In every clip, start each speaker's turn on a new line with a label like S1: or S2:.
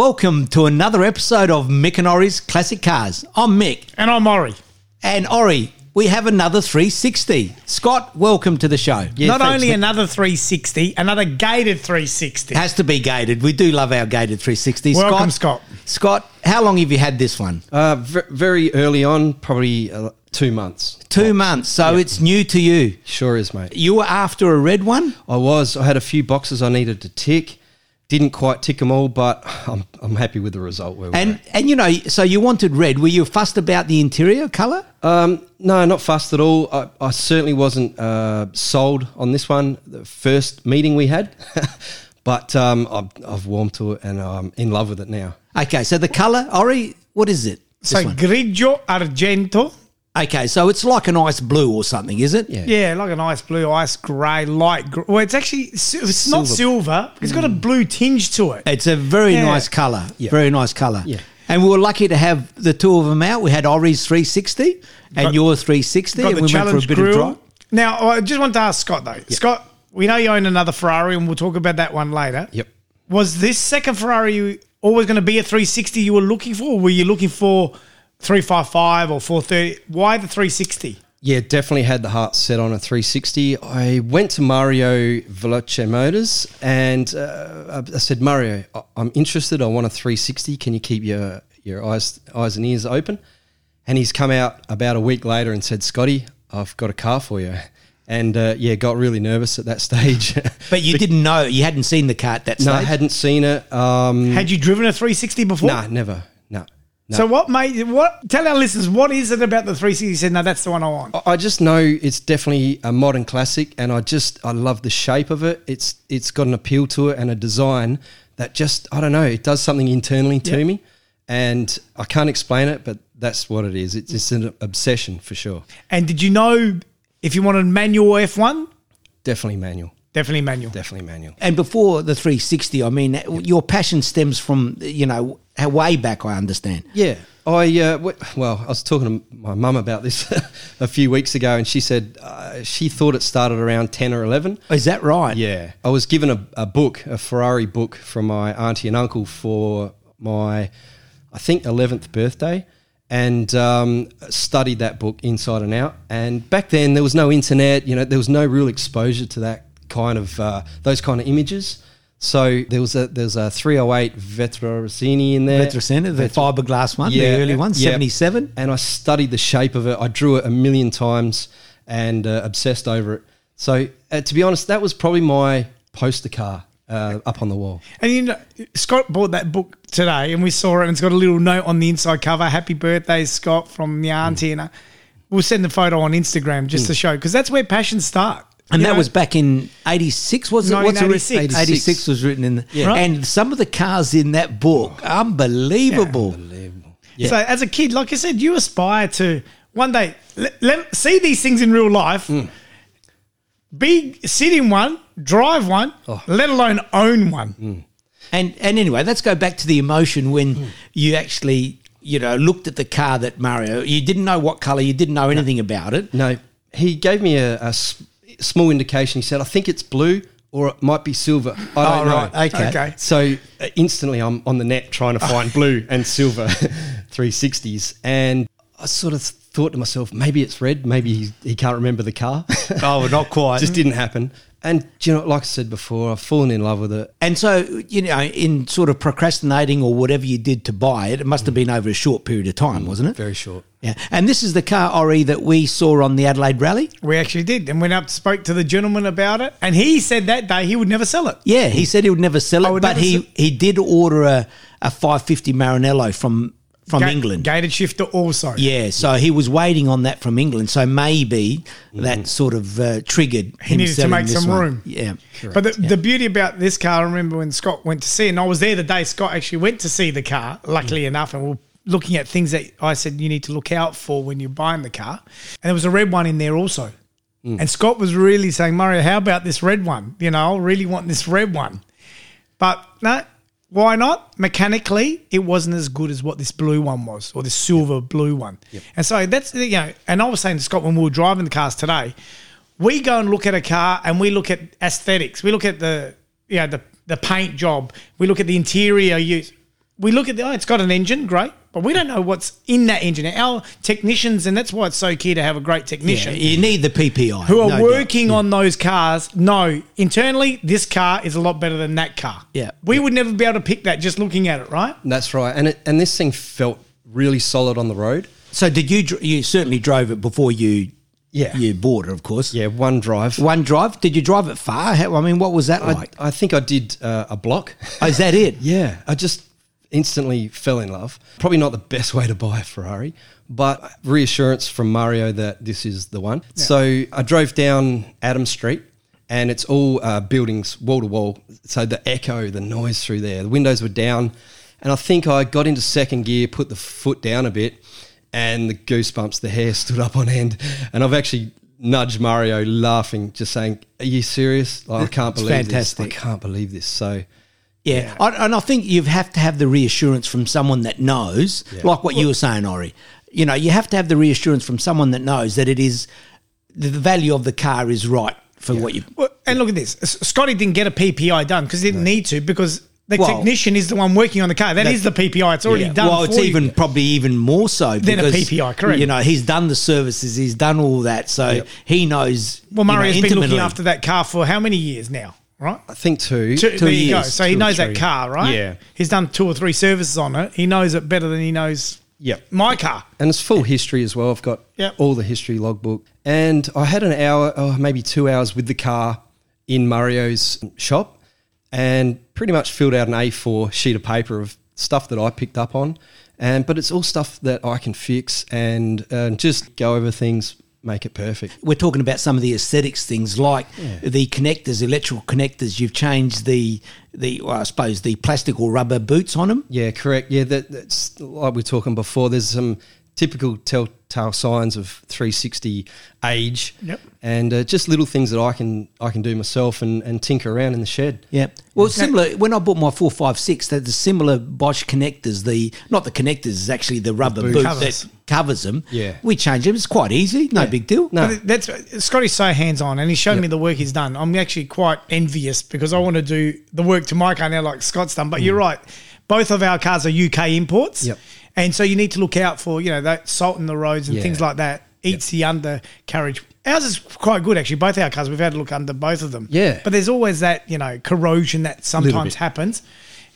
S1: Welcome to another episode of Mick and Ori's Classic Cars. I'm Mick.
S2: And I'm Ori.
S1: And Ori, we have another 360. Scott, welcome to the show.
S2: Not only another 360, another gated 360.
S1: It has to be gated. We do love our gated 360.
S2: Welcome, Scott.
S1: Scott, how long have you had this one?
S3: Uh, v- very early on, probably uh, two months.
S1: Two months, so it's new to you.
S3: Sure is, mate.
S1: You were after a red one?
S3: I was. I had a few boxes I needed to tick. Didn't quite tick them all, but I'm, I'm happy with the result. Where we're
S1: And
S3: at.
S1: and you know, so you wanted red. Were you fussed about the interior colour?
S3: um, no, not fast at all. I, I certainly wasn't uh, sold on this one. The first meeting we had, but um, I've, I've warmed to it and I'm in love with it now.
S1: Okay, so the colour, Ori, what is it? This
S2: so
S1: one.
S2: grigio argento.
S1: Okay, so it's like an ice blue or something, is it?
S3: Yeah.
S2: Yeah, like a nice blue, ice grey, light. Gr- well, it's actually it's not
S3: Silver.
S2: silver. It's got a
S1: Mm.
S2: blue tinge to it.
S1: It's a very
S2: Yeah.
S1: nice colour. Very nice colour.
S3: Yeah.
S1: And we were lucky to have the two of them out. We had Ori's 360 and your 360,
S2: Got
S1: and
S2: the
S1: we went for a
S2: challenge
S1: bit
S2: grill.
S1: of drive.
S2: Now, I just want to ask Scott though. Scott, we know you own another Ferrari, and we'll talk about that one later.
S3: Yep.
S2: Was this second Ferrari you always going to be a 360 you were looking for, or were you looking for 355 or 430? Why the 360?
S3: Yeah, definitely had the heart set on a 360. I went to Mario Veloce Motors and uh, I I said, Mario, I- I'm interested. I want a 360. Can you keep your, your eyes, eyes and ears open? And he's come out about a week later and said, Scotty, I've got a car for you. And uh, yeah, got really nervous at that stage.
S1: But you didn't know, you hadn't seen the car at that stage.
S3: no, I hadn't seen it.
S1: Mm.
S3: Um,
S2: Had you driven a 360 before?
S3: nah, never. No. no.
S2: So what made what? Tell our listeners what is it about the 360? You said no, that's the one I want.
S3: I- I just know it's definitely a modern classic, and I just I love the shape of it. It's it's got an appeal to it and a design that just I don't know. It does something internally to me, and I can't explain it, but that's what it is. It's, it's an obsession for sure.
S2: And did you know if you wanted manual or F1?
S3: Definitely manual.
S2: Definitely manual.
S3: Definitely manual.
S1: and before the 360, I mean, your passion stems from, you know, how way back, I understand.
S3: Yeah. I uh, w- well, I was talking to my mum about this a few weeks ago, and she said uh, she thought it started around ten or eleven.
S1: Is that right?
S3: Yeah. I was given a, a book, a Ferrari book from my auntie and uncle for my, I think, 11th birthday and um, studied that book inside and out. And back then, there was no internet, you know, there was no real exposure to that kind of, uh, those kind of images. So there was a there's a 308 Vetrosini in there.
S1: Petrocenter, the fiberglass one,
S3: Yeah,
S1: the early one,
S3: yeah.
S1: 77.
S3: And I studied the shape of it. I drew it a million times and uh, obsessed over it. So, uh, to be honest, that was probably my poster car uh, up on the wall.
S2: And you know, Scott bought that book today, and we saw it, and it's got a little note on the inside cover: "Happy birthday, Scott, from
S1: Mm.
S2: the auntie." And uh, we'll send the photo on Instagram just to show because that's where passions start.
S1: And
S2: You
S1: that
S2: know,
S1: was back in 86, wasn't it? What's it?
S2: 1986.
S1: 86. 86 was written in. The,
S2: Right.
S1: And some of the cars in that book, unbelievable.
S2: So as a kid, like I said, you aspire to one day let, let- see these things in real life,
S1: Mm.
S2: be sit in one, drive one,
S1: Oh.
S2: let alone own one.
S1: And and anyway, let's go back to the emotion when you actually, you know, looked at the car that Mario, you didn't know what color, you didn't know anything about it.
S3: No, he gave me a, a s- small indication. He said, I think it's blue or it might be silver. I don't
S1: Oh,
S3: know.
S1: right. Okay.
S2: Okay.
S3: So uh, instantly, I'm on the net trying to find blue and silver 360s. And I sort of thought to myself, maybe it's red. Maybe he, he can't remember the car.
S1: Oh, not quite.
S3: just didn't happen. And do you know, like I said before, I've fallen in love with it.
S1: And so, you know, in sort of procrastinating or whatever you did to buy it, it must have been over a short period of time, wasn't it?
S3: Very short.
S1: Yeah. And this is the car, Ori, that we saw on the Adelaide Rally.
S2: We actually did, and went up spoke to the gentleman about it, and he said that day he would never sell it.
S1: Yeah, he said he would never sell
S2: I
S1: it,
S2: would
S1: but
S2: never
S1: he,
S2: sell-
S1: he did order a, a 550 Marinello from from
S2: Ga-
S1: England.
S2: gated shifter also.
S1: yeah, so he was waiting on that from England. So maybe
S3: Mm-hmm.
S1: that sort of uh, triggered him
S2: needed to
S1: selling
S2: make
S1: this
S2: some
S1: one.
S2: room.
S1: Yeah,
S2: But the, the beauty about this car, I remember when Scott went to see, and I was there the day Scott actually went to see the car, luckily enough, and we we're looking at things that I said you need to look out for when you're buying the car. And there was a red one in there also.
S1: Mm.
S2: And Scott was really saying, Mario, how about this red one? You know, I really want this red one. But no, why not? Mechanically, it wasn't as good as what this blue one was, or this silver blue one. And so that's you know, and I was saying to Scott when we were driving the cars today, we go and look at a car and we look at aesthetics. We look at the you know, the the paint job. We look at the interior use. we look at the, oh, it's got an engine, great, but we don't know what's in that engine. Our technicians, and that's why it's so key to have a great
S1: Yeah,
S2: technician
S1: you need the PPI.
S2: who are
S1: no doubt.
S2: working on those cars know internally this car is a lot better than that car.
S1: Yeah.
S2: We would never be able to pick that just looking at it, right?
S3: That's right. And it, and this thing felt really solid on the road.
S1: So did you? dr- You certainly drove it before you.
S3: Yeah.
S1: You bought it, of course.
S3: Yeah, one drive.
S1: One drive. Did you drive it far? How, I mean, what was that
S3: I,
S1: like?
S3: I think I did uh, a block.
S1: Oh, is that it?
S3: yeah, I just instantly fell in love. Probably not the best way to buy a Ferrari, but reassurance from Mario that this is the one. So I drove down Adam Street. And it's all uh, buildings, wall to wall. So the echo, the noise through there, the windows were down. And I think I got into second gear, put the foot down a bit, and the goosebumps, the hair stood up on end. And I've actually nudged Mario, laughing, just saying, Are you serious? Like, I can't
S1: It's
S3: believe
S1: fantastic.
S3: this. I can't believe this. So
S1: Yeah, I, and I think you have to have the reassurance from someone that knows, like what you were saying, Ori. You know, you have to have the reassurance from someone that knows that it is the, the value of the car is right for what you.
S2: Well, and look at this. S- Scotty didn't get a PPI done because he didn't need to because the
S1: Well-
S2: technician is the one working on the car. that
S1: That-
S2: is the PPI. It's already
S1: Yeah.
S2: done.
S1: Well, it's
S2: for you.
S1: even probably even more so
S2: Than a PPI, correct.
S1: You know, he's done the services, he's done all that, so he knows.
S2: Well,
S1: you know,
S2: Murray has been looking
S1: intimately.
S2: after that car for how many years now, right?
S3: I think two.
S2: Two, there you go.
S1: years,
S2: So he
S3: two or
S2: knows that
S3: three.
S2: car, right?
S3: Yeah.
S2: He's done two or three services on it. He knows it better than he knows
S3: Yep.
S2: my car.
S3: And it's full history as well. I've got
S2: Yep.
S3: all the history logbook. And I had an hour, oh, maybe two hours with the car in Mario's shop and pretty much filled out an A4 sheet of paper of stuff that I picked up on. And But it's all stuff that I can fix and uh, just go over things, make it perfect.
S1: we're talking about some of the aesthetics things like the connectors, electrical connectors. You've changed the the well, I suppose the plastic or rubber boots on them.
S3: Yeah, correct. Yeah, that, that's like we were talking before. There's some typical telltale signs of 360 age.
S2: Yep.
S3: And uh, just little things that I can I can do myself and, and tinker around in the shed.
S1: Yeah. Well, similar. When I bought my four five six, they're the similar Bosch connectors. The not the connectors is actually the rubber boot
S2: Covers.
S1: that covers them.
S3: Yeah.
S1: We change them. It's quite easy. No big deal.
S3: No.
S2: But that's Scotty's so hands on, and he showed me the work he's done. I'm actually quite envious because I want to do the work to my car now, like Scott's done. But you're right; both of our cars are UK imports,
S3: Mm. Yep.
S2: and so you need to look out for you know that salt in the roads and
S3: Yeah.
S2: things like that eats the undercarriage. Ours is quite good actually. Both our cars, we've had to look under both of them.
S3: Yeah.
S2: but there's always that you know corrosion that sometimes happens,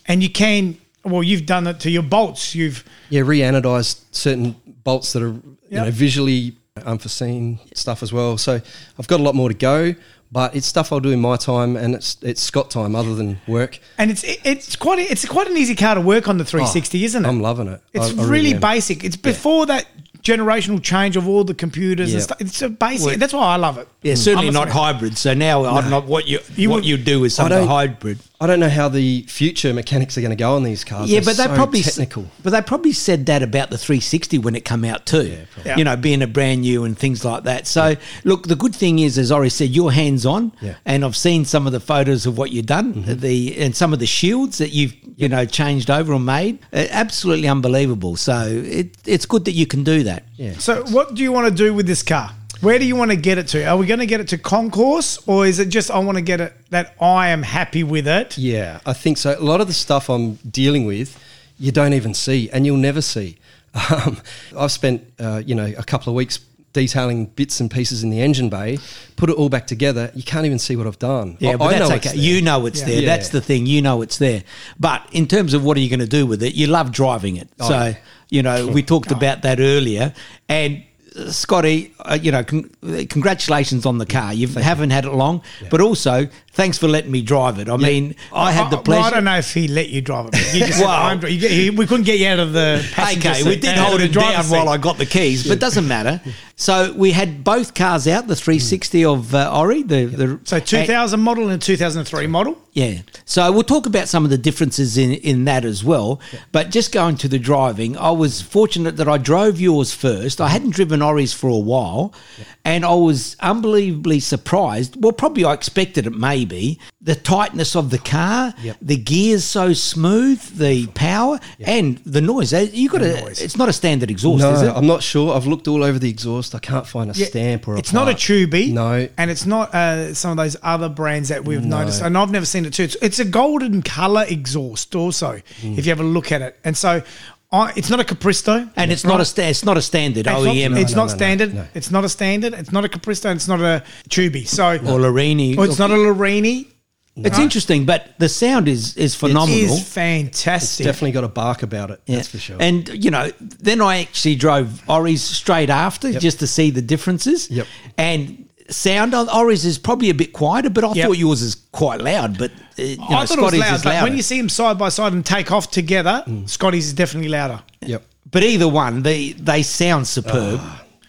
S2: and you can. Well, you've done it to your bolts. You've
S3: Yeah, reanodized certain bolts that are you
S2: Yep.
S3: know visually unforeseen stuff as well. So I've got a lot more to go, but it's stuff I'll do in my time and it's it's Scott time other than work.
S2: and it's it's quite it's quite an easy car to work on the 360, isn't it?
S3: Oh, I'm loving it. I-
S2: It's
S3: I
S2: really
S3: am.
S2: basic. It's before that generational change of all the computers and
S3: Yeah.
S2: stuff. It's a basic.
S1: Well,
S2: that's why I love it.
S1: Yeah, certainly
S2: Hmm. I'm a
S1: not
S2: fan.
S1: hybrid. So now I'm not what you,
S2: You
S1: what
S2: would-
S1: you do is something
S3: don't-
S1: hybrid.
S3: I don't know how the future mechanics are going to go on these cars.
S1: Yeah,
S3: They're
S1: but they
S3: so
S1: probably s-
S3: technical.
S1: But they probably said that about the 360 when it came out too.
S2: probably.
S1: You know, being a brand new and things like that. So look, the good thing is, as Ori said, you're hands on,
S3: Yeah.
S1: and I've seen some of the photos of what you've done, the and some of the shields that you've you know changed over or made. Uh, absolutely unbelievable. So it, it's good that you can do that.
S3: Yeah.
S2: So, what do you want to do with this car? Where do you want to get it to? Are we going to get it to concourse, or is it just I want to get it that I am happy with it?
S3: Yeah, I think so. A lot of the stuff I'm dealing with, you don't even see, and you'll never see. Um, I've spent, uh, you know, a couple of weeks detailing bits and pieces in the engine bay, put it all back together. You can't even see what I've done.
S1: Yeah,
S3: I,
S1: but
S3: I
S1: that's
S3: know
S1: okay.
S3: it's there.
S1: You know it's
S2: Yeah.
S1: there.
S3: Yeah.
S1: That's the thing. You know it's there. But in terms of what are you going to do with it, you love driving it.
S2: Oh,
S1: so,
S3: yeah.
S1: you know, we talked about that earlier. And uh, Scotty, uh, you know, con- uh, congratulations on the car. You haven't had it long, but also thanks for letting me drive it. I mean, I had the
S2: I- Uh, well, I
S1: pleasure.
S2: don't know if he let you drive it. but You just said,
S1: Well-
S2: "I'm dri- you- he- we couldn't get you out of the passenger
S1: Okay, we
S2: seat,
S1: did
S2: out of
S1: hold
S2: the
S1: it
S2: driver's
S1: down
S2: seat.
S1: while I got the keys, but doesn't matter. So we had both cars out, the 360 of uh, Ori, the, the
S2: So, 2000 model and 2003 model.
S1: Yeah. So we'll talk about some of the differences in, in that as well. But just going to the driving, I was fortunate that I drove yours first. I hadn't driven Ori's for a while and I was unbelievably surprised. Well, probably I expected it maybe. The tightness of the car,
S3: Yep.
S1: the gears so smooth, the power and the noise. Uh, You got a
S2: noise.
S1: it's not a standard exhaust, is
S3: No,
S1: it?
S3: I'm not sure. I've looked all over the exhaust. I can't find a
S2: Yeah,
S3: stamp or a
S2: it's not a
S3: part.
S2: tubey
S3: No.
S2: and it's not uh, some of those other brands that we've noticed and i've never seen seen it too. It's, it's a golden color exhaust also. If you have a look at it, and so I, it's not a Capristo,
S1: And it's not a sta- it's not a standard E
S2: It's not-
S1: OEM
S2: it's
S3: No,
S2: not
S3: no, no,
S2: standard.
S3: no.
S2: It's not a standard. It's not a Capristo. and It's not a Tubi. So
S1: or Larini.
S2: Or Oh, it's not a Larini.
S1: It's interesting, but the sound is is phenomenal.
S2: It is fantastic.
S3: Definitely got a bark about it.
S1: Yeah.
S3: That's for sure.
S1: And you know, then I actually drove Ori's straight after just to see the differences.
S3: Yep.
S1: And sound on Ori's is probably a bit quieter, but I
S2: Yep.
S1: thought yours is quite loud. But uh, you know,
S2: I thought
S1: Scotty's
S2: it was
S1: is
S2: loud. Like when
S1: louder.
S2: you see them side by side and take off together, Scotty's is definitely louder.
S3: yep.
S1: but either one, they they sound superb.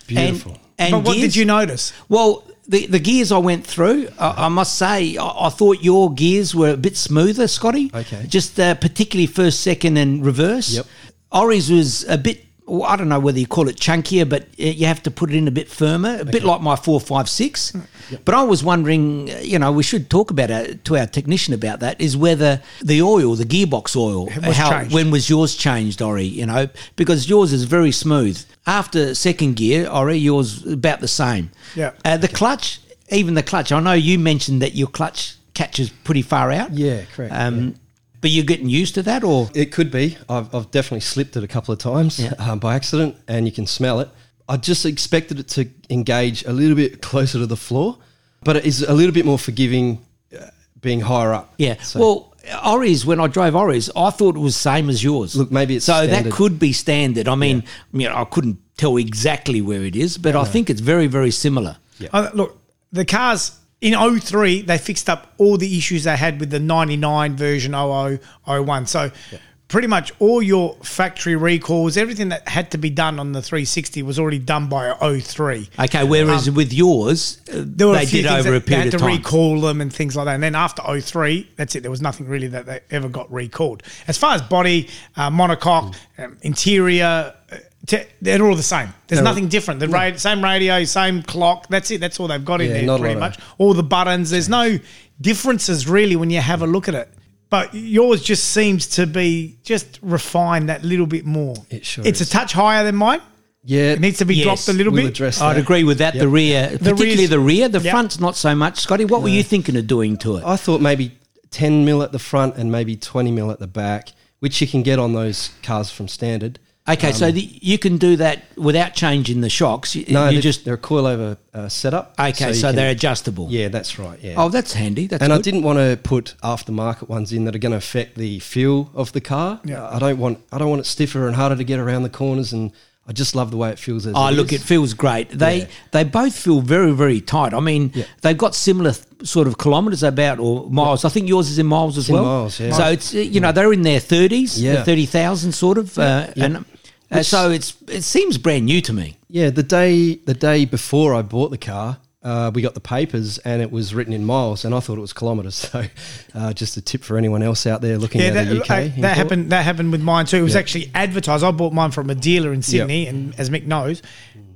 S3: beautiful.
S1: And, and
S2: Ah, but what
S1: gears-
S2: did you notice?
S1: Well, the, the gears I went through, I, I must say, I, I thought your gears were a bit smoother, Scotty.
S3: Okay.
S1: Just uh, particularly first, second, and reverse.
S3: Yep.
S1: Ori's was a bit. well, I don't know whether you call it chunkier, but uh, you have to put it in a bit firmer, a bit like my four five six.
S3: Mm.
S1: But I was wondering, uh, you know, we should talk about it to our technician about that. Is whether the oil, the gearbox oil,
S2: was
S1: how
S2: changed.
S1: when was yours changed, Ori? You know, because yours is very smooth. After second gear, Ori, yours about the same.
S2: Yeah.
S1: Uh, the clutch, even the clutch. I know you mentioned that your clutch catches pretty far out.
S3: Yeah, correct,
S1: Um, But you're getting used to that, or
S3: It could be. I've, I've definitely slipped it a couple of times um, by accident, and you can smell it. I just expected it to engage a little bit closer to the floor, but it is a little bit more forgiving uh, being higher up.
S1: yeah.
S3: So-
S1: Well, Ori's when I drove Ori's, I thought it was same as yours.
S3: Look, maybe it's
S1: so that
S3: standard.
S1: could be standard. I mean, you know, I couldn't tell exactly where it is, but I think it's very, very similar.
S2: Uh, look, the cars in 03, they fixed up all the issues they had with the 99 version 0001. So pretty much all your factory recalls, everything that had to be done on the 360 was already done by 03.
S1: Okay, whereas with yours, uh,
S2: Um, There were
S1: they
S2: a few
S1: did
S2: things
S1: over
S2: that
S1: a period
S2: they had
S1: of
S2: to
S1: time.
S2: recall them and things like that. And then after 03, that's it. There was nothing really that they ever got recalled. As far as body, uh, monocoque, um, interior, uh, te- they're all the same. There's
S3: They're all-
S2: nothing different. The ra- same radio, same clock. That's it. That's all they've got in
S3: Yeah,
S2: there
S3: not a
S2: pretty
S3: lot
S2: much.
S3: of-
S2: All the buttons. There's no differences really when you have a look at it. But yours just seems to be just refined that little bit more.
S3: It sure
S2: It's
S3: is.
S2: a touch higher than mine.
S3: Yeah,
S2: It needs to be
S1: Yes,
S2: dropped a little
S3: we'll
S2: bit.
S3: address
S1: I'd
S3: that.
S1: agree with that. The rear, particularly
S2: rear's-
S1: the rear, the
S2: Yep.
S1: front's not so much. Scotty, what were you thinking of doing to it?
S3: I thought maybe 10 mil at the front and maybe 20 mil at the back, which you can get on those cars from standard.
S1: Okay, so the, you can do that without changing the shocks. You,
S3: um, No,
S1: you
S3: they're,
S1: just
S3: they're a coilover uh, setup.
S1: okay, so,
S3: you can-
S1: they're adjustable.
S3: Yeah, that's right. Yeah.
S1: Oh, that's handy. That's
S3: and I
S1: good.
S3: didn't want to put aftermarket ones in that are going to affect the feel of the car.
S2: Yeah.
S3: I don't want I don't want it stiffer and harder to get around the corners, and I just love the way it feels. As
S1: Oh, look, it
S3: is.
S1: feels great. They
S3: Yeah.
S1: they both feel very very tight. I mean,
S3: Yeah.
S1: they've got similar th- sort of kilometres about or miles. I think yours is in miles as
S3: in
S1: well.
S3: miles, yeah.
S1: So it's uh, you know they're in their thirties,
S3: Yeah.
S1: thirty thousand sort of, uh, and uh,
S3: Which-
S1: so it's it seems brand new to me.
S3: yeah. The day the day before I bought the car, uh, we got the papers, and it was written in miles, and I thought it was kilometres. So, uh, just a tip for anyone else out there looking at the UK.
S2: uh,
S3: import.
S2: that happened. That happened with mine too. It was actually advertised. I bought mine from a dealer in Sydney, and as Mick knows,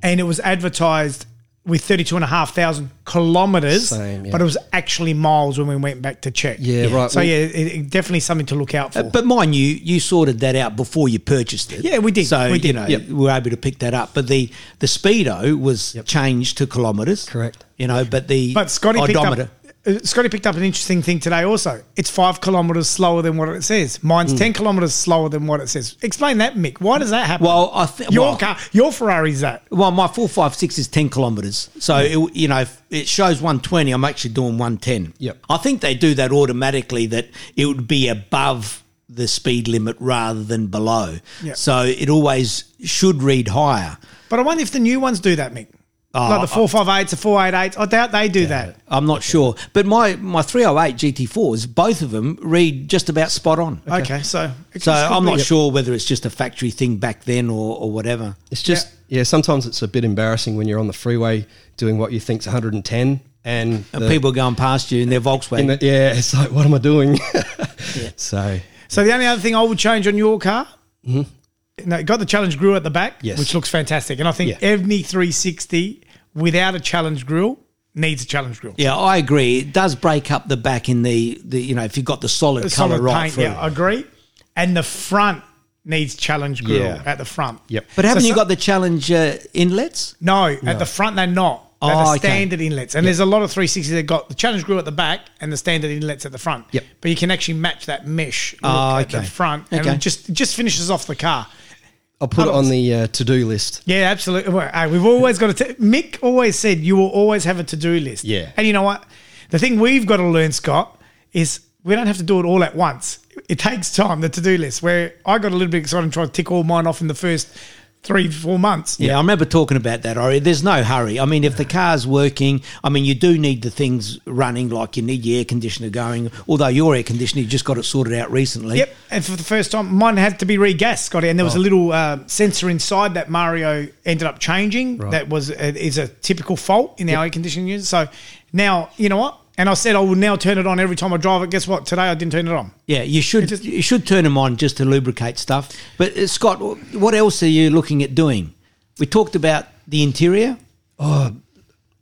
S2: and it was advertised with thirty-two and a half thousand kilometers,
S3: Same, yeah.
S2: but it was actually miles when we went back to check.
S3: Yeah, right.
S2: So
S3: Well- Uh,
S2: yeah, it, it- definitely something to look out for.
S1: But mind you, you sorted that out before you purchased it.
S2: Yeah, we did.
S1: So
S2: We
S1: you
S2: did.
S1: know
S3: Yep.
S1: we were able to pick that up. But the the speedo was changed to kilometres.
S3: Correct.
S1: You know, but the
S2: But Scotty picked
S1: odometer.
S2: up. uh, Scotty picked up an interesting thing today. Also, it's five kilometers slower than what it says. Mine's
S3: Mm.
S2: ten kilometers slower than what it says. Explain that, Mick. Why does that happen?
S1: Well, I think
S2: your car, your Ferrari's that.
S1: Well, my four five six is ten kilometres, so it, you know if it shows one twenty. I'm actually doing one ten.
S3: Yep.
S1: I think they do that automatically. That it would be above the speed limit rather than below.
S2: Yep.
S1: So it always should read higher.
S2: But I wonder if the new ones do that, Mick. like the four five eights, the four eight eights. I doubt they do that.
S1: I'm not sure, but my my 308 GT4s, both of them read just about spot on.
S2: Okay, so it
S1: So
S2: could
S1: I'm
S2: be-
S1: not sure whether it's just a factory thing back then or, or whatever.
S3: It's just yeah. Sometimes it's a bit embarrassing when you're on the freeway doing what you think's 110, and,
S1: And
S3: the-
S1: people going past you in their Volkswagen.
S3: in the- yeah, it's like what am I doing? So
S2: So the only other thing I would change on your car. No, it got the challenge grill at the back,
S3: Yes.
S2: which looks fantastic, and I think
S3: Yeah.
S2: every 360 without a challenge grill needs a challenge grill.
S1: yeah, I agree. It does break up the back in the, the you know if you've got the solid
S2: The
S1: color
S2: solid
S1: right
S2: paint,
S1: through.
S2: yeah, I agree. And the front needs challenge grill
S3: Yeah.
S2: at the front.
S3: Yep.
S1: But
S2: So
S1: haven't you
S2: some-
S1: got the challenge uh, inlets?
S2: No, at the front they're not. They have
S1: Oh,
S2: a
S1: okay.
S2: standard inlets, and there's a lot of 360s that got the challenge grew at the back and the standard inlets at the front.
S3: Yep.
S2: But you can actually match that mesh look
S1: Oh,
S2: at
S1: okay.
S2: the front, and
S1: Okay.
S2: it just it just finishes off the car.
S3: I'll put it
S2: Otherwise-
S3: on the uh, to-do list.
S2: Yeah, absolutely. Well, hey, we've always got to. Mick always said you will always have a to do list.
S3: Yeah.
S2: And you know what? The thing we've got to learn, Scott, is we don't have to do it all at once. It takes time, the to do list, where I got a little bit excited and tried to tick all mine off in the first three, four months.
S1: Yeah, I remember talking about that. Ari. There's no hurry. I mean, if the car's working, I mean, you do need the things running, like you need your air conditioner going. Although your air conditioner, you just got it sorted out recently.
S2: Yep. And for the first time, mine had to be regassed, Scotty. And there
S3: Oh.
S2: was a little uh, sensor inside that Mario ended up changing.
S3: Right.
S2: That was uh, is a typical fault in our air conditioning unit. So now you know what. And I said I will now turn it on every time I drive it. Guess what? Today I didn't turn it on.
S1: Yeah, you should
S2: just-
S1: you should turn them on just to lubricate stuff. But uh, Scott, what else are you looking at doing? We talked about the interior.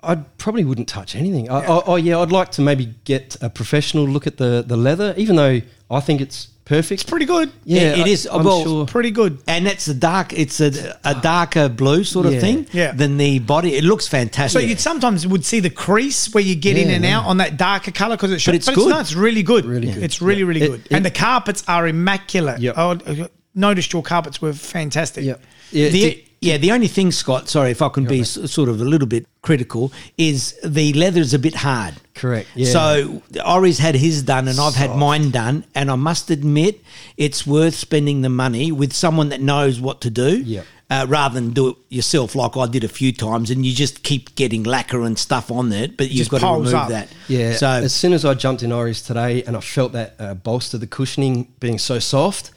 S3: I probably wouldn't touch anything. I, I, oh yeah, I'd like to maybe get a professional look at the, the leather, even though I think it's perfect.
S2: It's pretty good.
S1: It- it
S3: I-
S1: is.
S3: I'm
S1: Well,
S3: sure.
S2: Pretty good.
S1: And that's a dark. It's a, a darker blue sort of
S3: Yeah.
S1: thing
S2: Yeah.
S1: than the body. It looks
S2: So
S1: fantastic.
S2: you sometimes would see the crease where you get in
S3: Yeah,
S2: and
S3: yeah.
S2: out on that darker color because it should,
S1: it's good.
S2: no, it's really good.
S3: Really good.
S2: It's really, really
S3: It-
S2: good.
S3: it-
S2: and the carpets are immaculate.
S3: Yep.
S2: Oh, I noticed your carpets were fantastic.
S3: yeah, yeah.
S1: the,
S3: did-
S1: yeah, the only thing, Scott, sorry if I can be s sort of a little bit critical, is the leather's a bit hard.
S3: Correct, yeah.
S1: So Ori's had his done and I've had mine done. And I must admit, it's worth spending the money with someone that knows what to do.
S3: Yep.
S1: Uh, rather than do it yourself, like I did a few times, and you just keep getting lacquer and stuff on it, but you've
S2: just
S1: got to
S2: piles
S1: remove
S2: up.
S1: that.
S3: yeah.
S1: So
S3: as soon as I jumped in Iris today, and I felt that uh, bolster, the cushioning being so soft,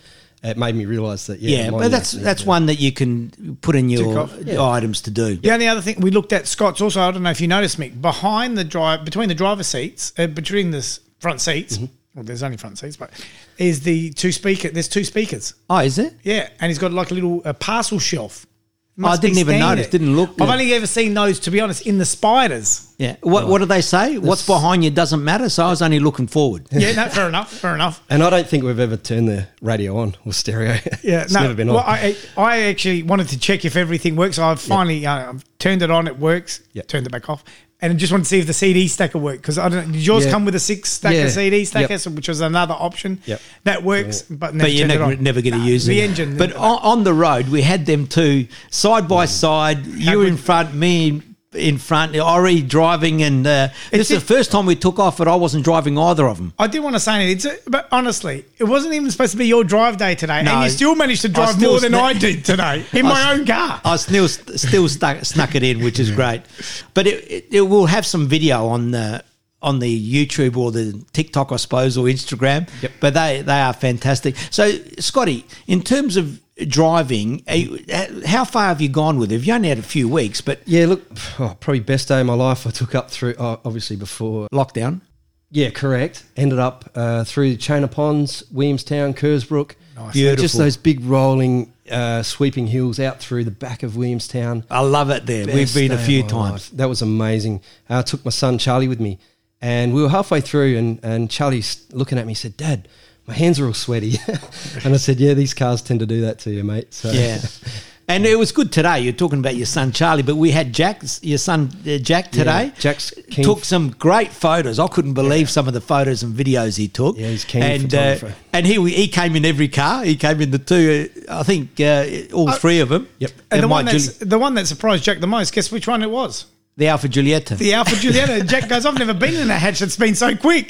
S3: it made me realise that yeah,
S1: yeah,
S3: mine
S1: but that's
S3: needs-
S1: that's one that you can put in your
S2: off.
S1: items to do.
S2: The only other thing we looked at, Scott's also, I don't know if you noticed, Mick, behind the drive, between the driver's seats, uh, between the s- front seats,
S1: Mm-hmm.
S2: well, there's only front seats, but is the two speaker, there's two speakers.
S1: Oh, is it?
S2: Yeah, and he's got like a little uh, parcel shelf.
S1: I didn't
S2: be
S1: even
S2: standard.
S1: notice, didn't look.
S2: I've
S1: Yeah.
S2: only ever seen those, to be honest, in the spiders.
S1: Yeah. What What do they say? What's behind you doesn't matter. So I was only looking forward.
S2: Yeah, no, fair enough, fair enough.
S3: And I don't think we've ever turned the radio on or stereo.
S2: Yeah,
S3: it's
S2: no,
S3: never been on.
S2: well, I, I actually wanted to check if everything works. I finally uh, I've turned it on, it works.
S3: Yeah.
S2: Turned it back off, and I just wanted to see if the CD stacker worked because I don't. Did yours
S3: Yeah.
S2: come with a six stacker
S3: Yeah.
S2: CD stacker,
S3: Yep.
S2: so, which was another option?
S3: Yep.
S2: That works, but never
S1: But you're
S2: turned it
S1: never,
S2: on.
S1: never going to
S2: Nah,
S1: use
S2: the
S1: it.
S2: engine. Mm.
S1: But on, on the road, we had them two side by side. You were in front, me in front, Ori driving, and uh, this is
S2: just-
S1: the first time we took off, but I wasn't driving either of them.
S2: I did want to say anything, it's a, but honestly, it wasn't even supposed to be your drive day today,
S1: No.
S2: and you still managed to
S1: I
S2: drive
S1: still
S2: more than
S1: sna-
S2: I did today in
S1: I
S2: my
S1: s-
S2: own car.
S1: I still still stuck, snuck it in, which is great. But it, it, it will have some video on the on the YouTube or the TikTok, I suppose, or Instagram.
S3: Yep.
S1: But they they are fantastic. So Scotty, in terms of driving, are you- how far have you gone with it? You've only had a few weeks, but
S3: yeah, look, oh, probably best day of my life. I took up through oh, obviously before
S1: lockdown.
S3: Yeah, correct. Ended up uh, through the Chain of Ponds, Williamstown, Kersbrook.
S1: Beautiful.
S3: Just those big rolling, uh, sweeping hills out through the back of Williamstown.
S1: I love it there. We've
S3: Best
S1: been a
S3: day
S1: few
S3: of my
S1: times.
S3: life. That was amazing. I took my son Charlie with me, and we were halfway through, and, and Charlie's looking at me said, Dad, my hands are all sweaty. and I said, Yeah, these cars tend to do that to you, mate. So,
S1: Yeah. And it was good today. You're talking about your son Charlie, but we had Jack, your son uh, Jack today.
S3: Jack's keen
S1: took some great photos. I couldn't believe some of the photos and videos he took.
S3: Yeah, he's keen
S1: And uh,
S3: photographer.
S1: and he he came in every car. He came in the two. uh, I think uh, all three of them.
S3: Yep.
S2: and the
S1: my
S2: one, that's,
S1: Juli-
S2: the one that surprised Jack the most, guess which one it was?
S1: the Alpha Giulietta.
S2: the Alpha Julietta. Jack goes, I've never been in a hatch that's been so quick.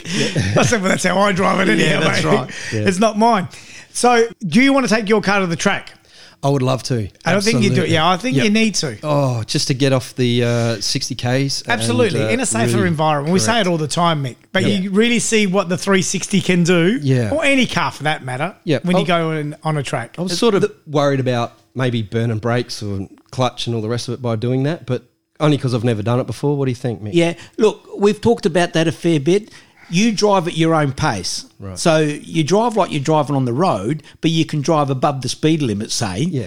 S2: I said, Well, that's how I drive it anyhow,
S1: Yeah, that's
S2: mate.
S1: right.
S3: Yeah.
S2: It's not mine. So, do you want to take your car to the track?
S3: I would love to.
S2: I don't think you do.
S3: Absolutely.
S2: Yeah, I think
S3: Yep.
S2: you need to.
S3: Oh, just to get off the uh, 60Ks. and,
S2: Absolutely.
S3: uh,
S2: in a safer
S3: really-
S2: environment. We say it all the time, Mick. But
S3: Yeah.
S2: you really see what the 360 can do,
S3: Yeah.
S2: or any car for that matter,
S3: Yeah.
S2: when
S3: Oh.
S2: you go in, on a track.
S3: I was sort of worried about maybe burning brakes or clutch and all the rest of it by doing that, but only because I've never done it before. What do you think, Mick?
S1: Yeah, look, we've talked about that a fair bit. You drive at your own pace.
S3: Right.
S1: So you drive like you're driving on the road, but you can drive above the speed limit, say.
S3: Yeah.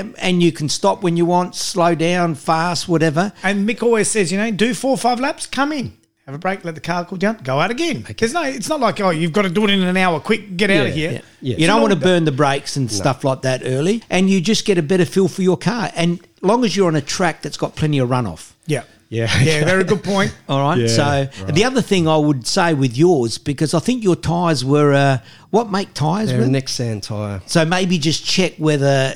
S1: Um, and you can stop when you want, slow down, fast, whatever.
S2: And Mick always says, you know, do four or five laps, come in, have a break, let the car cool down, go out again. There's no, it's not like, oh, you've got to do it in an hour, quick, get out of here.
S3: Yeah, yeah, yeah.
S1: You don't
S2: It's
S1: want to
S2: not-
S1: burn the brakes and stuff like that early. And you just get a better feel for your car. And long as you're on a track that's got plenty of runoff.
S2: Yeah.
S3: Yeah.
S2: Yeah, they're a good point.
S1: All right.
S3: Yeah,
S1: so the other thing I would say with yours, because I think your tyres were uh, what make tyres?
S3: They're a
S1: were-
S3: Nexan tyre.
S1: So maybe just check whether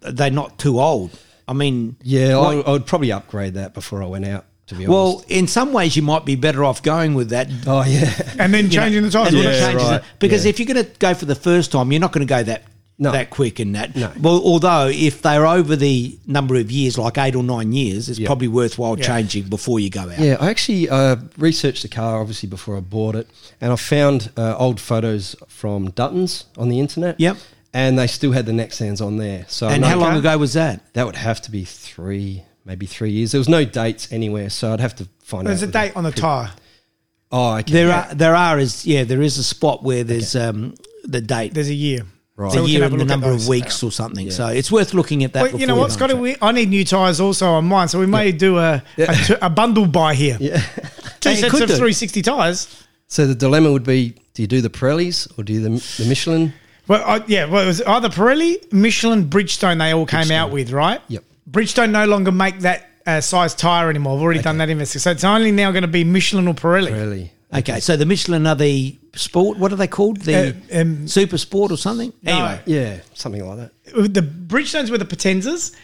S1: they're not too old. I mean,
S3: Yeah,
S1: like-
S3: I, I would probably upgrade that before I went out, to be honest.
S1: well, in some ways you might be better off going with that.
S3: Oh yeah,
S2: And
S1: you
S2: then
S1: know,
S2: changing the
S1: and
S2: tires.
S1: all the
S3: Yeah,
S1: changes.
S3: right,
S1: Because
S3: yeah.
S1: if you're going to go for the first time, you're not going to go that
S3: No.
S1: that quick and that.
S3: No.
S1: Well, although if they're over the number of years, like eight or nine years, it's
S3: Yeah.
S1: probably worthwhile
S2: Yeah.
S1: changing before you go out.
S3: yeah. I actually uh, researched the car obviously before I bought it, and I found uh, old photos from Duttons on the internet.
S1: Yep.
S3: and they still had the Nexans on there. So I
S1: And
S3: know-
S1: how long ago was that?
S3: That would have to be three, maybe three years. There was no dates anywhere, so I'd have to find
S2: There's
S3: out.
S2: a
S3: with
S2: date on the tire.
S3: Oh, okay.
S1: There are there are is yeah there is a spot where there's um the date
S2: There's a year.
S3: Right.
S1: the
S2: we can
S1: year
S2: have a
S1: and the
S2: look at
S1: number of
S2: those.
S1: weeks or something. So it's worth looking at that.
S2: Well, you know
S1: before
S2: what, Scotty?
S1: go.
S2: We, I need new tyres also on mine, so we may do a, a, t- a bundle buy here.
S3: Yeah.
S2: Two
S1: Hey, it
S2: sets
S1: could
S2: of
S1: do.
S2: 360 tyres.
S3: So the dilemma would be: Do you do the Pirellis or do you the, the Michelin?
S2: Well, I, yeah, well, it was either Pirelli, Michelin, Bridgestone. They all came out with right.
S3: Yep.
S2: Bridgestone no longer make that uh, size tyre anymore. I've already done that investigation, so it's only now going to be Michelin or Pirelli.
S3: Pirelli.
S1: Okay, so the Michelin are the sport. What are they called? The
S2: Uh, um,
S1: super sport or something. Anyway,
S3: Yeah, something like that.
S2: The Bridgestones were the Potenzas,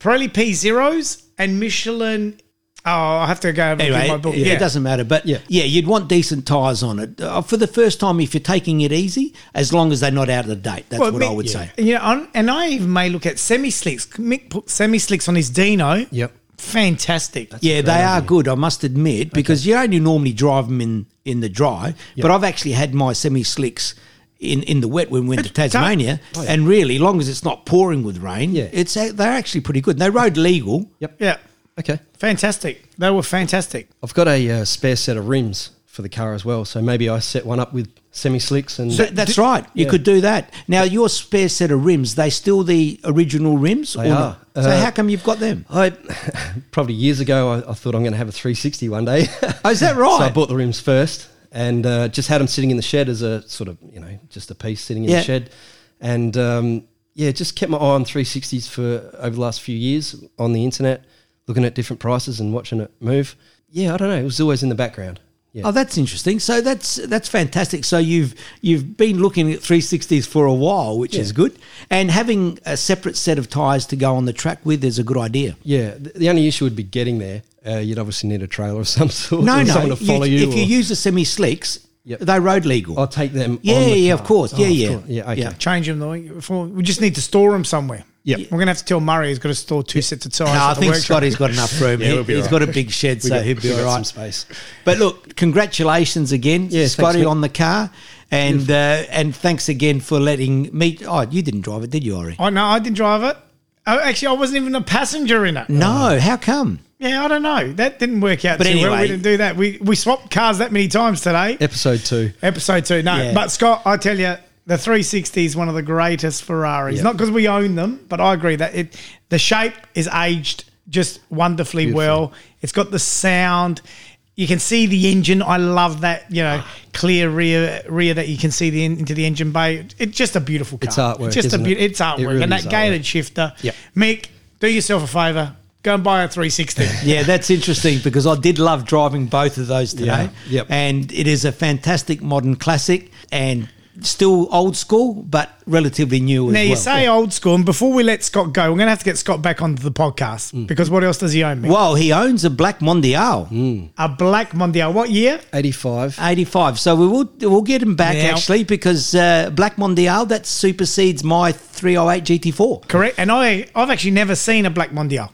S2: Pirelli P zeros, and Michelin. Oh, I have to go have a look
S1: anyway,
S2: at my book.
S1: it,
S2: Yeah,
S1: it doesn't matter. But yeah.
S3: Yeah.
S1: you'd want decent tires on it uh, for the first time if you're taking it easy, as long as they're not out of the date. That's what
S2: Mick-
S1: I would say.
S2: You know, I'm- and I even may look at semi slicks. Mick put semi slicks on his Dino.
S3: Yep.
S2: Fantastic.
S1: yeah, they are good. I must admit because you only normally drive them in in the dry, but I've actually had my semi slicks. In, in the wet when we went to Tasmania,
S2: Oh,
S1: and really, long as it's not pouring with rain,
S3: Yeah.
S1: it's a- they're actually pretty good. They rode legal.
S3: Yep.
S2: Yeah.
S3: Okay.
S2: Fantastic. They were fantastic.
S3: I've got a uh, spare set of rims for the car as well, so maybe I set one up with semi slicks and
S1: So that's right. You could do that. Now, your spare set of rims, they still the original rims?
S3: They
S1: no?
S3: are.
S1: So
S3: Uh,
S1: how come you've got them?
S3: I probably years ago I, I thought I'm going to have a 360 one day.
S1: Oh, is that
S3: So I
S1: right?
S3: bought the rims first and uh, just had them sitting in the shed as a sort of, you know, just a piece sitting in
S1: Yeah.
S3: the shed. And um, yeah, just kept my eye on 360s for over the last few years on the internet, looking at different prices and watching it move. Yeah, I don't know. It was always in the background. Yeah.
S1: oh, that's interesting. So that's that's fantastic. So you've you've been looking at 360s for a while, which is good. And having a separate set of tires to go on the track with is a good idea.
S3: yeah. The, the only issue would be getting there. Uh, you'd obviously need a trailer of some sort.
S1: No,
S3: or
S1: no.
S3: Someone to follow you.
S1: if you
S3: or-
S1: use the semi slicks,
S3: Yep.
S1: they road legal.
S3: I'll take them.
S1: yeah,
S3: on the
S1: yeah,
S3: car.
S1: of course.
S3: Oh,
S1: yeah,
S3: of
S1: yeah.
S3: course. Yeah, okay.
S2: Change them. though. For- We just need to store them somewhere.
S3: Yep.
S2: We're going to have to tell Murray he's got to store two sets of tyres.
S1: No,
S2: at
S1: I
S2: the
S1: think
S2: workshop.
S1: Scotty's got enough room.
S3: Yeah,
S1: he,
S3: we'll be
S1: has
S3: all
S1: got a big shed, so he'll be
S3: we
S1: all
S3: got
S1: right.
S3: some space.
S1: But look, congratulations again,
S3: Yeah, thanks,
S1: Scotty,
S3: mate.
S1: on the car, and uh, and thanks again for letting me. Oh, you didn't drive it, did you, Ori?
S2: Oh, no, I didn't drive it. Oh, actually, I wasn't even a passenger in it.
S1: No, how come?
S2: Yeah, I don't know. That didn't work out
S1: But
S2: too well.
S1: anyway-
S2: We didn't do that. We, we swapped cars that many times today.
S3: Episode two.
S2: Episode two. No,
S1: Yeah.
S2: but Scott, I tell you, the 360 is one of the greatest Ferraris.
S3: Yeah.
S2: Not because we own them, but I agree that it the shape is aged just wonderfully well. It's got the sound. You can see the engine. I love that, you
S3: Ah.
S2: know, clear rear rear that you can see the in, into the engine bay. It's just a beautiful car.
S3: It's artwork,
S2: It's just
S3: isn't
S2: a
S3: it?
S2: beautiful. It's
S3: It
S2: artwork.
S3: really
S2: and
S3: is
S2: that
S3: artwork.
S2: gated shifter.
S3: Yeah.
S2: Mick, do yourself a favor. Go and buy a 360.
S1: Yeah, that's interesting because I did love driving both of those today.
S3: Yeah, yep.
S1: And it is a fantastic modern classic and still old school, but relatively new as
S2: Now
S1: well.
S2: you say old school, and before we let Scott go, we're going to have to get Scott back onto the podcast
S1: Mm.
S2: because what else does he own? Mick?
S1: Well, he owns a black Mondial,
S3: Mm.
S2: A black Mondial. What year?
S3: 85.
S1: eighty-five. So we will we'll get him back
S2: Now-
S1: actually because uh, black Mondial that supersedes my three hundred eight GT4.
S2: Correct. And I, I've actually never seen a black Mondial.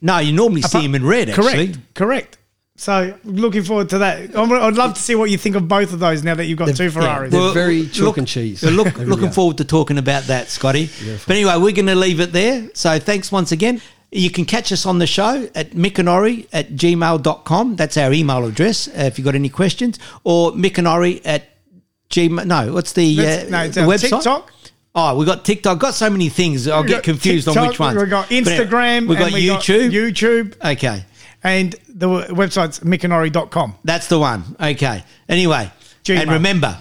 S1: No, you normally see him in red. Actually,
S2: Correct. Correct. So looking forward to that. I'm- I'd love to see what you think of both of those now that you've got two Ferraris.
S3: they're very chalk and cheese.
S1: we're Look,
S3: They really
S1: looking
S3: are.
S1: forward to talking about that, Scotty. But anyway, we're going to leave it there. So thanks once again. You can catch us on the show at mickanori at gmail.com. That's our email address uh, if you've got any questions. Or mickanori at gmail. No, what's the, uh,
S2: That's- no, it's
S1: the
S2: our
S1: website?
S2: TikTok.
S1: Oh, we've got TikTok. got so many things. I'll get
S2: got
S1: confused on
S2: TikTok,
S1: which ones.
S2: We've got
S1: But anyway,
S2: Instagram.
S1: We've got
S2: and we
S1: YouTube.
S2: YouTube.
S1: okay.
S2: And the w- website's mickanori.com.
S1: That's the one. Okay. Anyway.
S2: Gmail.
S1: And remember,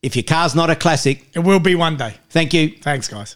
S1: if your car's not a classic,
S2: It will be one day.
S1: thank you.
S2: Thanks, guys.